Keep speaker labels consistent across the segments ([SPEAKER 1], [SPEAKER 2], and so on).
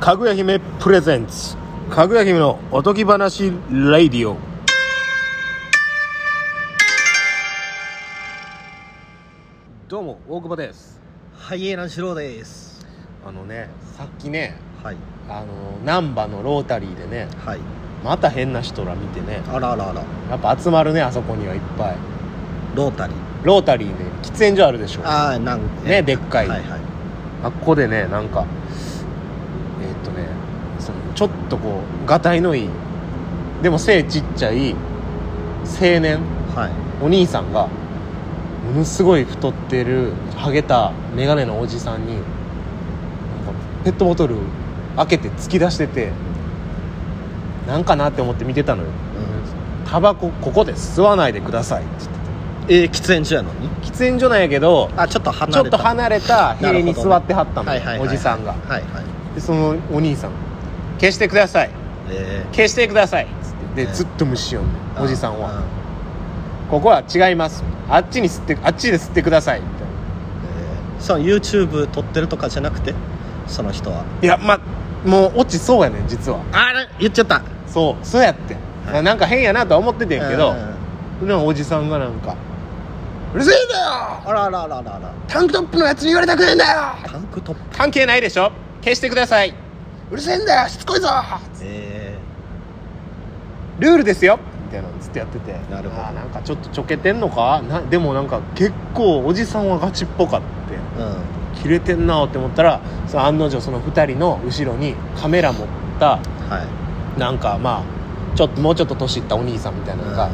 [SPEAKER 1] かぐや姫プレゼンツかぐや姫のおとぎ話レイディオどうも大久保です
[SPEAKER 2] ハイエナシローです。
[SPEAKER 1] あのねさっきね
[SPEAKER 2] はい。
[SPEAKER 1] あの難波のロータリーでね
[SPEAKER 2] はい。
[SPEAKER 1] また変な人ら見てね
[SPEAKER 2] あらあらあら。
[SPEAKER 1] やっぱ集まるねあそこにはいっぱい
[SPEAKER 2] ロータリー。
[SPEAKER 1] ロータリーね喫煙所あるでしょ
[SPEAKER 2] ああ、なん
[SPEAKER 1] ねでっかい
[SPEAKER 2] はいはい。
[SPEAKER 1] あっこでねなんかえーっとねそのちょっとこうがたいのいいでも背ちっちゃい青年
[SPEAKER 2] は
[SPEAKER 1] お兄さんがものすごい太ってるハゲた眼鏡のおじさんになんかペットボトル開けて突き出しててなんかなって思って見てたのよ
[SPEAKER 2] い。う
[SPEAKER 1] 「
[SPEAKER 2] ん
[SPEAKER 1] タバコここで吸わないでください」って言って
[SPEAKER 2] えー、喫煙所やのに
[SPEAKER 1] 喫煙所なんやけど
[SPEAKER 2] あ、ちょっと離
[SPEAKER 1] ちょっ
[SPEAKER 2] れ
[SPEAKER 1] と
[SPEAKER 2] た。
[SPEAKER 1] 離れた塀に座ってはったの、
[SPEAKER 2] はいはいはい
[SPEAKER 1] おじさんが
[SPEAKER 2] はいはい。
[SPEAKER 1] でそのお兄さん「消してください
[SPEAKER 2] え
[SPEAKER 1] 消してください」っつってで
[SPEAKER 2] ね
[SPEAKER 1] ずっと無視しようね
[SPEAKER 2] ー
[SPEAKER 1] おじさんは「ここは違いますあっちに吸ってあっちで吸ってください」みたいな
[SPEAKER 2] あーえーその YouTube 撮ってるとかじゃなくて、その人は。
[SPEAKER 1] いやまもう落ちそうやねん実は
[SPEAKER 2] あれ言っちゃった。
[SPEAKER 1] そうそうやってん、
[SPEAKER 2] はい
[SPEAKER 1] なんか変やなとは思っててんけ
[SPEAKER 2] う
[SPEAKER 1] ど
[SPEAKER 2] んうん
[SPEAKER 1] でもおじさんがなんか「うるせえんだよ
[SPEAKER 2] あらあらあらあらあら。
[SPEAKER 1] タンクトップのやつに言われたくねえんだよ
[SPEAKER 2] タンクトップ。
[SPEAKER 1] 関係ないでしょ消してください」「うるせえんだよしつこいぞ」
[SPEAKER 2] え
[SPEAKER 1] ルールですよみたいなのずっとやってて
[SPEAKER 2] なるほど
[SPEAKER 1] あーなんかちょっとちょけてんのかなでもなんか結構おじさんはガチっぽかって
[SPEAKER 2] えう
[SPEAKER 1] キレてんなーって思ったらその案の定その2人の後ろにカメラ持った
[SPEAKER 2] ん。はい。
[SPEAKER 1] なんかまあちょっともうちょっと年いったお兄さんみたいなのが
[SPEAKER 2] うん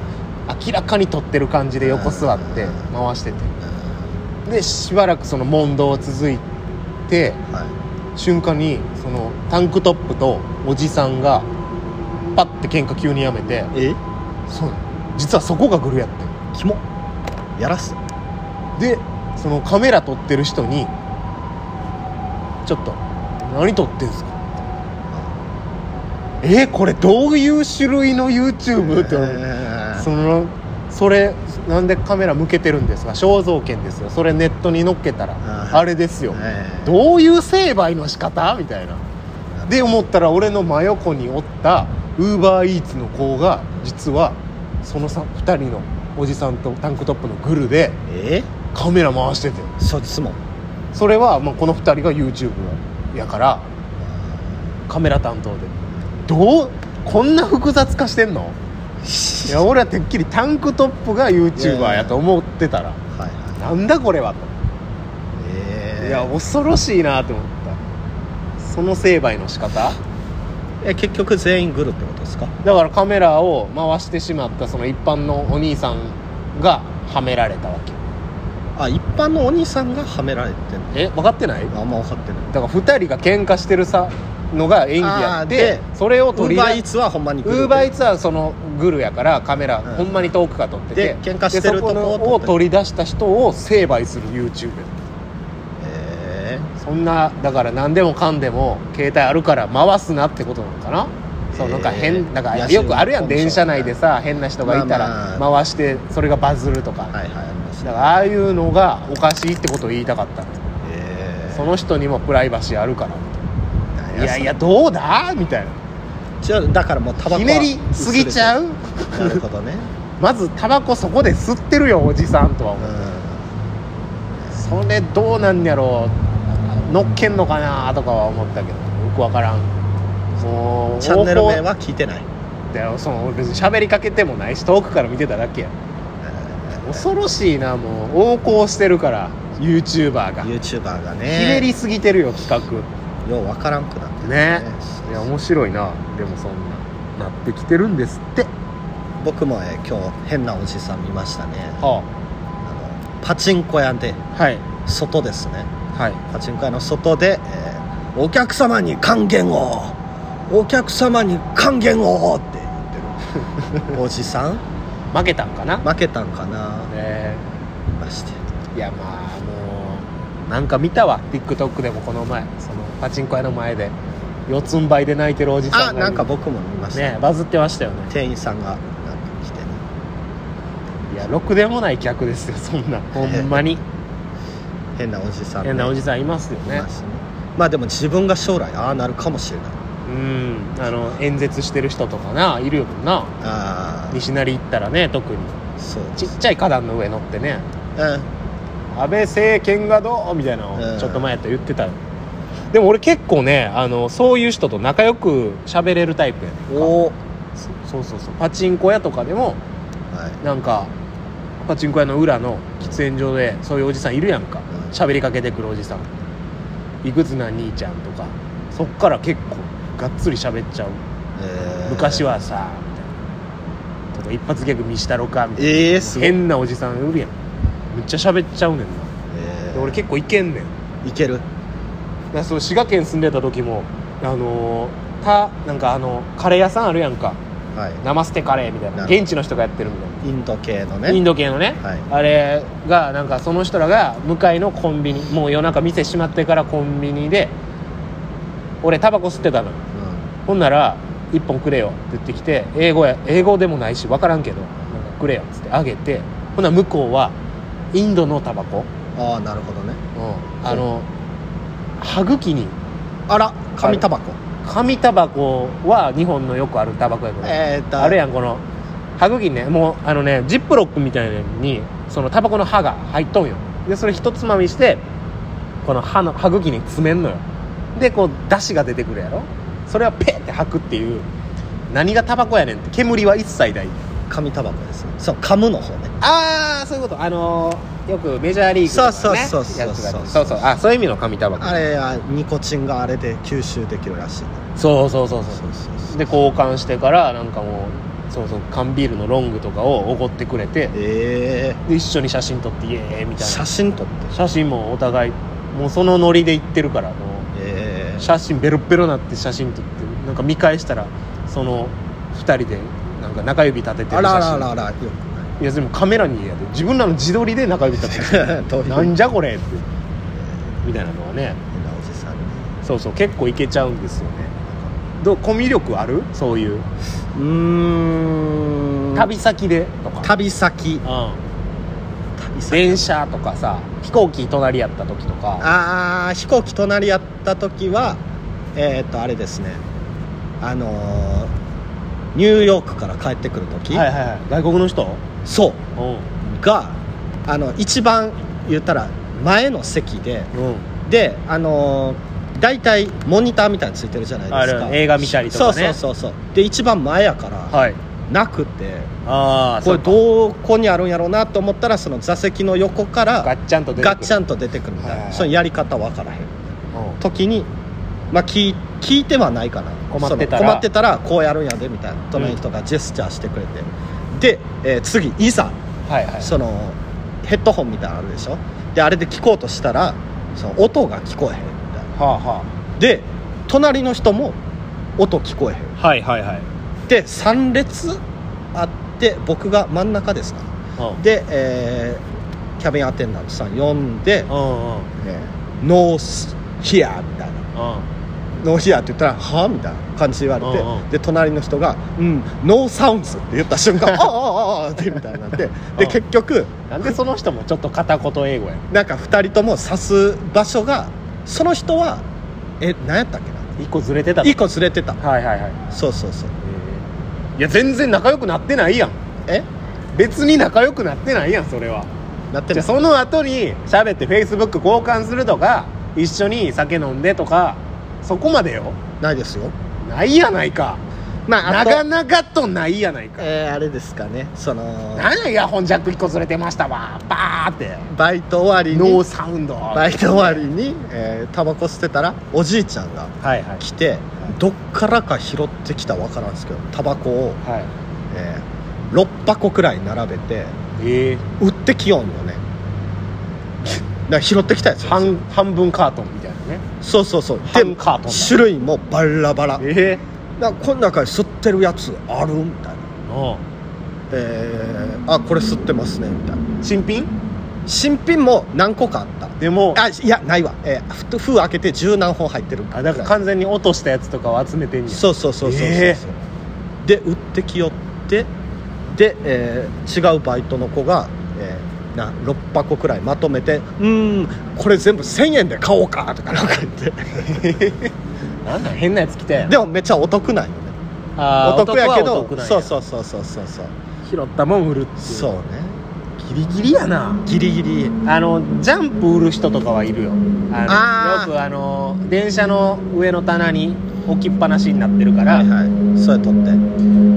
[SPEAKER 1] 明らかに撮ってる感じで横座って
[SPEAKER 2] うん
[SPEAKER 1] 回しててでしばらくその問答続いて
[SPEAKER 2] うんはい。
[SPEAKER 1] 瞬間にそのタンクトップとおじさんがパッて喧嘩急にやめて
[SPEAKER 2] え
[SPEAKER 1] そう実はそこがグルやってん
[SPEAKER 2] キモ。やらす。
[SPEAKER 1] でそのカメラ撮ってる人に「ちょっと何撮ってんすか?」えーこれどういう種類の YouTube?」って言われて
[SPEAKER 2] えー
[SPEAKER 1] そのそれなんでカメラ向けてるんですか肖像権ですよそれネットに載っけたら
[SPEAKER 2] はい
[SPEAKER 1] あれですよ
[SPEAKER 2] えー
[SPEAKER 1] どういう成敗の仕方みたいなで思ったら俺の真横におったウーバーイーツの子が実はその2人のおじさんとタンクトップのグルで
[SPEAKER 2] え
[SPEAKER 1] カメラ回してて
[SPEAKER 2] ーそいつも。
[SPEAKER 1] それはまあこの2人が YouTube やからカメラ担当でどうこんな複雑化してんのいや俺はてっきりタンクトップが YouTuber やと思ってたら
[SPEAKER 2] はいはい。
[SPEAKER 1] なんだこれは
[SPEAKER 2] え
[SPEAKER 1] と
[SPEAKER 2] ー
[SPEAKER 1] いや恐ろしいなと思ったその成敗の仕方
[SPEAKER 2] え結局全員グルってことですか
[SPEAKER 1] だからカメラを回してしまったその一般のお兄さんがはめられたわけ
[SPEAKER 2] あ一般のお兄さんがはめられてる
[SPEAKER 1] え分かってないだか
[SPEAKER 2] あんま分かってる
[SPEAKER 1] ら2人が喧嘩してるさのが演技やっ
[SPEAKER 2] あ
[SPEAKER 1] て
[SPEAKER 2] ーで
[SPEAKER 1] それを
[SPEAKER 2] ウ
[SPEAKER 1] 取
[SPEAKER 2] ー
[SPEAKER 1] り
[SPEAKER 2] バーイーツはほんまにグル
[SPEAKER 1] ウーバーイーツはそのグルやからカメラ、
[SPEAKER 2] うん
[SPEAKER 1] ほんまに遠くから撮ってて
[SPEAKER 2] で喧嘩してるとこを
[SPEAKER 1] でそ
[SPEAKER 2] 撮
[SPEAKER 1] を
[SPEAKER 2] って
[SPEAKER 1] 取り出した人を成敗する YouTube
[SPEAKER 2] え
[SPEAKER 1] そんなだから何でもかんでも携帯あるから回すなってことなのかな、そうなんか
[SPEAKER 2] え
[SPEAKER 1] 変
[SPEAKER 2] ー
[SPEAKER 1] なんか
[SPEAKER 2] いや
[SPEAKER 1] よくあるやん
[SPEAKER 2] そうでしょう
[SPEAKER 1] 電車内でさ変な人がいた
[SPEAKER 2] ま
[SPEAKER 1] ら
[SPEAKER 2] あま
[SPEAKER 1] 回してそれがバズるとか、
[SPEAKER 2] ーはいはいあります
[SPEAKER 1] だ
[SPEAKER 2] ね
[SPEAKER 1] からああいうのがおかしいってことを言いたかったの
[SPEAKER 2] えー
[SPEAKER 1] その人にもプライバシーあるから
[SPEAKER 2] なん
[SPEAKER 1] いやいやどうだみたい
[SPEAKER 2] 違うだからもうタバコ
[SPEAKER 1] な
[SPEAKER 2] は
[SPEAKER 1] ひねりすぎちゃう
[SPEAKER 2] なるほどね
[SPEAKER 1] まずタバコそこで吸ってるよおじさんとは
[SPEAKER 2] う
[SPEAKER 1] 思う、
[SPEAKER 2] ん
[SPEAKER 1] それどうなんやろう乗っけんのかなとかは思ったけどよくわからんもう
[SPEAKER 2] チャンネル名
[SPEAKER 1] 横
[SPEAKER 2] は聞いてない
[SPEAKER 1] だよその俺別に喋りかけてもないし遠くから見てただけや恐ろしいなもう横行してるから YouTuber がひ
[SPEAKER 2] YouTuber がね
[SPEAKER 1] ねりすぎてるよ企画
[SPEAKER 2] よう分からんくなって
[SPEAKER 1] ねいや面白いなでもそんななってきてるんですって
[SPEAKER 2] 僕も、えー今日変なおじさん見ましたね
[SPEAKER 1] は
[SPEAKER 2] あのパチンコ屋で
[SPEAKER 1] あはい
[SPEAKER 2] 外ですね
[SPEAKER 1] はい
[SPEAKER 2] パチンコ屋の外で、えーお客様に還元をお客様に還元をって 言ってるおじさん
[SPEAKER 1] 負けたんかな、
[SPEAKER 2] 負けたんかな
[SPEAKER 1] え
[SPEAKER 2] まして
[SPEAKER 1] ーいやまあもうなんか見たわ TikTok でもこの前そのパチンコ屋の前で四つん這いで泣いてるおじさ
[SPEAKER 2] あ
[SPEAKER 1] んが
[SPEAKER 2] ないん
[SPEAKER 1] る
[SPEAKER 2] か僕も見ました、
[SPEAKER 1] ねバズってましたよね
[SPEAKER 2] 店員さんがなんか来てね
[SPEAKER 1] いやろくでもない客 ですよそんなほんまに
[SPEAKER 2] 変なおじさんね
[SPEAKER 1] 変なおじさんいますよ
[SPEAKER 2] い
[SPEAKER 1] ね
[SPEAKER 2] ますねまあでも自分が将来ああなるかもしれない
[SPEAKER 1] うんあの演説してる人とかないるよもんな
[SPEAKER 2] あ
[SPEAKER 1] 西成行ったらね特に
[SPEAKER 2] あそう
[SPEAKER 1] ちっちゃい花壇の上乗ってね
[SPEAKER 2] うん
[SPEAKER 1] 安倍政権がどうみたいなの
[SPEAKER 2] う
[SPEAKER 1] を
[SPEAKER 2] ん
[SPEAKER 1] ちょっと前やったら言ってたよでも俺結構ねあのそういう人と仲良く喋れるタイプやねんか
[SPEAKER 2] おお、
[SPEAKER 1] そそうそうそうパチンコ屋とかでも
[SPEAKER 2] はい、
[SPEAKER 1] なんかパチンコ屋の裏の喫煙所でそういうおじさんいるやんか
[SPEAKER 2] うん
[SPEAKER 1] 喋りかけてくるおじさんいくつな兄ちゃんとかそっから結構がっつり喋っちゃう
[SPEAKER 2] えー
[SPEAKER 1] 昔はさみたいなとか一発ギャグ見したろかみたいな
[SPEAKER 2] ええすごい、
[SPEAKER 1] 変なおじさんいるやんめっちゃ喋っちゃうねんな
[SPEAKER 2] え
[SPEAKER 1] で俺結構いけんねんだか
[SPEAKER 2] 構いける
[SPEAKER 1] らそう滋賀県住んでた時もあのーたなんかあのカレー屋さんあるやんか
[SPEAKER 2] は
[SPEAKER 1] ナマステカレーみたいな
[SPEAKER 2] なるほど
[SPEAKER 1] 現地の人がやってるみたいない
[SPEAKER 2] インド系の
[SPEAKER 1] イン
[SPEAKER 2] ね
[SPEAKER 1] ド系のね、
[SPEAKER 2] はい
[SPEAKER 1] あれがなんかその人らが向かいのコンビニもう夜中店閉まってからコンビニで俺タバコ吸ってたのよ
[SPEAKER 2] うん
[SPEAKER 1] ほんなら「1本くれよ」って言ってきて英語や英語でもないし分からんけど「なんかくれよ」っつってあげてほんなら向こうはインドのタバコ、
[SPEAKER 2] ああなるほどね
[SPEAKER 1] うんあの歯茎に
[SPEAKER 2] あら紙タバコ
[SPEAKER 1] 紙タバコは日本のよくあるタバコやけど、
[SPEAKER 2] えーっと
[SPEAKER 1] あるやんこの歯茎にねもうあのねジップロックみたいなのにそのタバコの歯が入っとんよでそれ一つまみしてこの歯の歯茎に詰めんのよでこう出汁が出てくるやろそれはペッて吐くっていう何がタバコやねんって煙は一切ない
[SPEAKER 2] 紙タバコですそうカムの方ね
[SPEAKER 1] ああそういうことあのーよくメジャーリーグとか、ね、
[SPEAKER 2] そうそうそうそう
[SPEAKER 1] やつがあってそうそうあそういう意味の紙タバコ
[SPEAKER 2] あれあニコチンがあれで吸収できるらしいね
[SPEAKER 1] そうそうそうそう
[SPEAKER 2] そうそうそう
[SPEAKER 1] で交換してからなんかもうそうそう缶ビールのロングとかをおごってくれて
[SPEAKER 2] え
[SPEAKER 1] で一緒に写真撮ってイエーイみ
[SPEAKER 2] え
[SPEAKER 1] たい
[SPEAKER 2] 写
[SPEAKER 1] な
[SPEAKER 2] 真撮って
[SPEAKER 1] 写真もお互いもうそのノリで行ってるからも
[SPEAKER 2] え
[SPEAKER 1] う
[SPEAKER 2] え
[SPEAKER 1] 写真ベロッベロなって写真撮ってなんか見返したらその2人でなんか中指立てて
[SPEAKER 2] あ
[SPEAKER 1] る写
[SPEAKER 2] ら
[SPEAKER 1] 真
[SPEAKER 2] あらあらあらよ
[SPEAKER 1] いやでもカメラにやで自分らの自撮りで中指立てて
[SPEAKER 2] くないどうい
[SPEAKER 1] る
[SPEAKER 2] う
[SPEAKER 1] なん
[SPEAKER 2] 変
[SPEAKER 1] じゃこれってみたいなのはね
[SPEAKER 2] なおじさんね
[SPEAKER 1] そうそう結構いけちゃうんですよねどうコミュ力あるそういう
[SPEAKER 2] うーん
[SPEAKER 1] 旅先でとか、
[SPEAKER 2] 旅先
[SPEAKER 1] う
[SPEAKER 2] 旅
[SPEAKER 1] ん、
[SPEAKER 2] 先
[SPEAKER 1] 電車とかさ飛行機隣やった時とか
[SPEAKER 2] ああ飛行機隣やった時はえーっとあれですねあのーニューヨークから帰ってくる時、
[SPEAKER 1] はいはい外国の人
[SPEAKER 2] そう
[SPEAKER 1] うん
[SPEAKER 2] があの一番言ったら前の席で
[SPEAKER 1] うん
[SPEAKER 2] であのー大体モニターみたいについてるじゃないです
[SPEAKER 1] あ
[SPEAKER 2] か
[SPEAKER 1] る映画見たりとかね
[SPEAKER 2] そうそうそうそうで一番前やから
[SPEAKER 1] はい
[SPEAKER 2] なくて
[SPEAKER 1] ああ
[SPEAKER 2] これどこにあるんやろうなと思ったらその座席の横から
[SPEAKER 1] ガッチャンと出てくる
[SPEAKER 2] ガッチャンと出てくるみたい
[SPEAKER 1] はい
[SPEAKER 2] なそのやり方わからへん時にまあ聞い聞いてはないかな
[SPEAKER 1] 困ってたら
[SPEAKER 2] その困ってたらこうやるんやでみたいな隣の人がジェスチャーしてくれて、で、えー次いざ
[SPEAKER 1] はいはい
[SPEAKER 2] そのヘッドホンみたいなのあるでしょであれで聞こうとしたらその音が聞こえへんみたい
[SPEAKER 1] はあは
[SPEAKER 2] なで隣の人も音聞こえへん
[SPEAKER 1] あはいはいはい
[SPEAKER 2] で3列あって僕が真ん中ですか
[SPEAKER 1] う
[SPEAKER 2] で、えーキャビンアテンダントさん呼んで
[SPEAKER 1] んうんうん
[SPEAKER 2] 「えーノースヒア」みたいな「ノーヒア」って言ったら「はあ?」みたいな感じで言われて、
[SPEAKER 1] うんうん
[SPEAKER 2] で隣の人が「うんノーサウンズ」って言った瞬間「ああああああ」ってみたいになってで
[SPEAKER 1] うん
[SPEAKER 2] 結局
[SPEAKER 1] なんでその人もちょっと片言英語や
[SPEAKER 2] なんか2人とも指す場所がその人はえ何やったっけな
[SPEAKER 1] 一個ずれてた
[SPEAKER 2] 1個ずれてた
[SPEAKER 1] はいはいはい
[SPEAKER 2] そうそうそう
[SPEAKER 1] いや全然仲良くなってないやん
[SPEAKER 2] え
[SPEAKER 1] 別に仲良くなってないやんそれは
[SPEAKER 2] なって
[SPEAKER 1] じゃ
[SPEAKER 2] る
[SPEAKER 1] あその後に喋ってフェイスブック交換するとか一緒に酒飲んでとかそこまでよ
[SPEAKER 2] ないですよ
[SPEAKER 1] ないやないか
[SPEAKER 2] まああと
[SPEAKER 1] 長々とないやないか
[SPEAKER 2] えーあれですかねその
[SPEAKER 1] 何やイヤホンジャック一個ずれてましたわバーって
[SPEAKER 2] バイト終わり
[SPEAKER 1] ノー
[SPEAKER 2] に
[SPEAKER 1] サウンド
[SPEAKER 2] バ
[SPEAKER 1] は
[SPEAKER 2] イト終わりに、えータバコ捨てたらおじいちゃんが
[SPEAKER 1] いはいはい
[SPEAKER 2] 来てどっからか拾ってきたわからんすけどタバコを、え6箱くらい並べて
[SPEAKER 1] ええ
[SPEAKER 2] 売ってきよんよねだから拾ってきたやつです
[SPEAKER 1] 半半分カートンみたいなね
[SPEAKER 2] そうそうそう
[SPEAKER 1] 半カートンだ
[SPEAKER 2] 種類もバラバラ
[SPEAKER 1] ええ
[SPEAKER 2] なんかこの中に吸ってるやつあるみたいな
[SPEAKER 1] お
[SPEAKER 2] えー、あこれ吸ってますねみたいな
[SPEAKER 1] 新品
[SPEAKER 2] 新品も何個かあった
[SPEAKER 1] でも
[SPEAKER 2] あいやないわ、えー、ふ封開けて十何本入ってる
[SPEAKER 1] あだから完全に落としたやつとかを集めてんじゃん
[SPEAKER 2] そうそうそうそうそう、
[SPEAKER 1] え
[SPEAKER 2] で売ってきよってで、えー違うバイトの子が、えな6箱くらいまとめて「うーんこれ全部1000円で買おうか」とかなんか 言って
[SPEAKER 1] なんだ変なやつ来たやん
[SPEAKER 2] でもめっちゃお得なんよね
[SPEAKER 1] あー
[SPEAKER 2] お得やけ
[SPEAKER 1] 男は
[SPEAKER 2] ど
[SPEAKER 1] お得なんや
[SPEAKER 2] そうそうそうそうそうそう
[SPEAKER 1] 拾ったもん売るっていう
[SPEAKER 2] そうね
[SPEAKER 1] ギリギリやな
[SPEAKER 2] ギリギリ
[SPEAKER 1] あのジャンプ売る人とかはいるよあの
[SPEAKER 2] あー
[SPEAKER 1] よくあの電車の上の棚に置きっぱなしになってるから、
[SPEAKER 2] はいはいそれ取って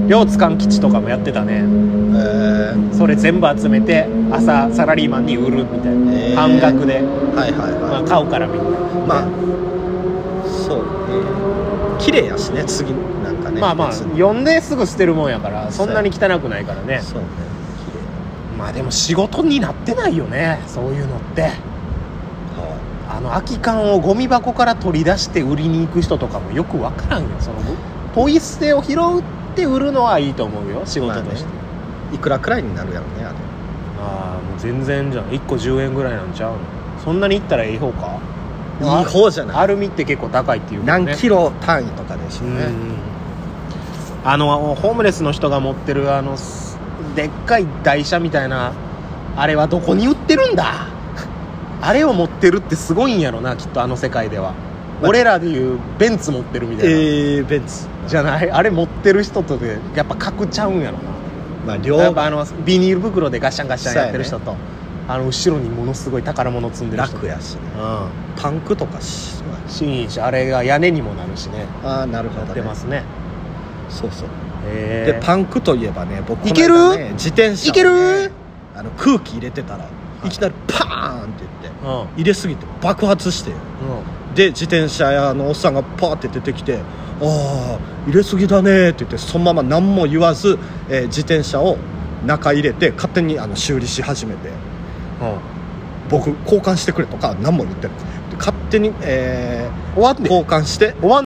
[SPEAKER 1] 両津勘吉とかもやってたね
[SPEAKER 2] えー
[SPEAKER 1] それ全部集めて朝サラリーマンに売るみたいな、
[SPEAKER 2] えー
[SPEAKER 1] 半額で、
[SPEAKER 2] はいはい
[SPEAKER 1] まあ、
[SPEAKER 2] は
[SPEAKER 1] 買うからみんな、
[SPEAKER 2] いまあそうね綺麗やしね次なんかね
[SPEAKER 1] まあまあ
[SPEAKER 2] 別に
[SPEAKER 1] 呼んですぐ捨てるもんやからそんなに汚くないからね
[SPEAKER 2] そうね綺麗
[SPEAKER 1] まあでも仕事になってないよねそういうのって
[SPEAKER 2] は
[SPEAKER 1] あの空き缶をゴミ箱から取り出して売りに行く人とかもよくわからんよそのポイ捨てを拾うって売るのはいいと思うよ仕事として、
[SPEAKER 2] いいくらくらいになるやろねあれ
[SPEAKER 1] ああもう全然じゃん1個10円ぐらいなんちゃうのそんなに行ったらええ方か
[SPEAKER 2] いい方じゃない
[SPEAKER 1] アルミって結構高いっていうからね
[SPEAKER 2] 何キロ単位とかでしょうね、
[SPEAKER 1] あのホームレスの人が持ってるあのすでっかい台車みたいなあれはどこに売ってるんだ あれを持ってるってすごいんやろなきっとあの世界では
[SPEAKER 2] ま
[SPEAKER 1] 俺らでいうベンツ持ってるみたいな、
[SPEAKER 2] えー、ベンツ
[SPEAKER 1] じゃないあれ持ってる人とでやっぱ格ちゃうんやろ
[SPEAKER 2] まあ
[SPEAKER 1] な
[SPEAKER 2] 両
[SPEAKER 1] やっぱあのビニール袋でガシャンガシャンやってる人と、あの後ろにものすごい宝物積んでる人
[SPEAKER 2] 楽やしね
[SPEAKER 1] うん
[SPEAKER 2] パンクとかし
[SPEAKER 1] 新一あれが屋根にもなるしね
[SPEAKER 2] ああなるほ
[SPEAKER 1] や
[SPEAKER 2] ど、
[SPEAKER 1] っ
[SPEAKER 2] ね、
[SPEAKER 1] てますね
[SPEAKER 2] そうそう、
[SPEAKER 1] へー
[SPEAKER 2] でパンクといえばね僕
[SPEAKER 1] いける
[SPEAKER 2] この間ね自転車をね
[SPEAKER 1] いける
[SPEAKER 2] あの空気入れてたら、
[SPEAKER 1] い
[SPEAKER 2] い、きなりパーンって言って
[SPEAKER 1] うん
[SPEAKER 2] 入れすぎて爆発して
[SPEAKER 1] うん
[SPEAKER 2] で自転車屋のおっさんがパーって出てきて「ああ入れすぎだね」って言ってそのまま何も言わず、えー自転車を中入れて勝手にあの修理し始めて僕交換してくれとか何も言ってないで勝手に、えー
[SPEAKER 1] 終わって
[SPEAKER 2] 交換して
[SPEAKER 1] 終わん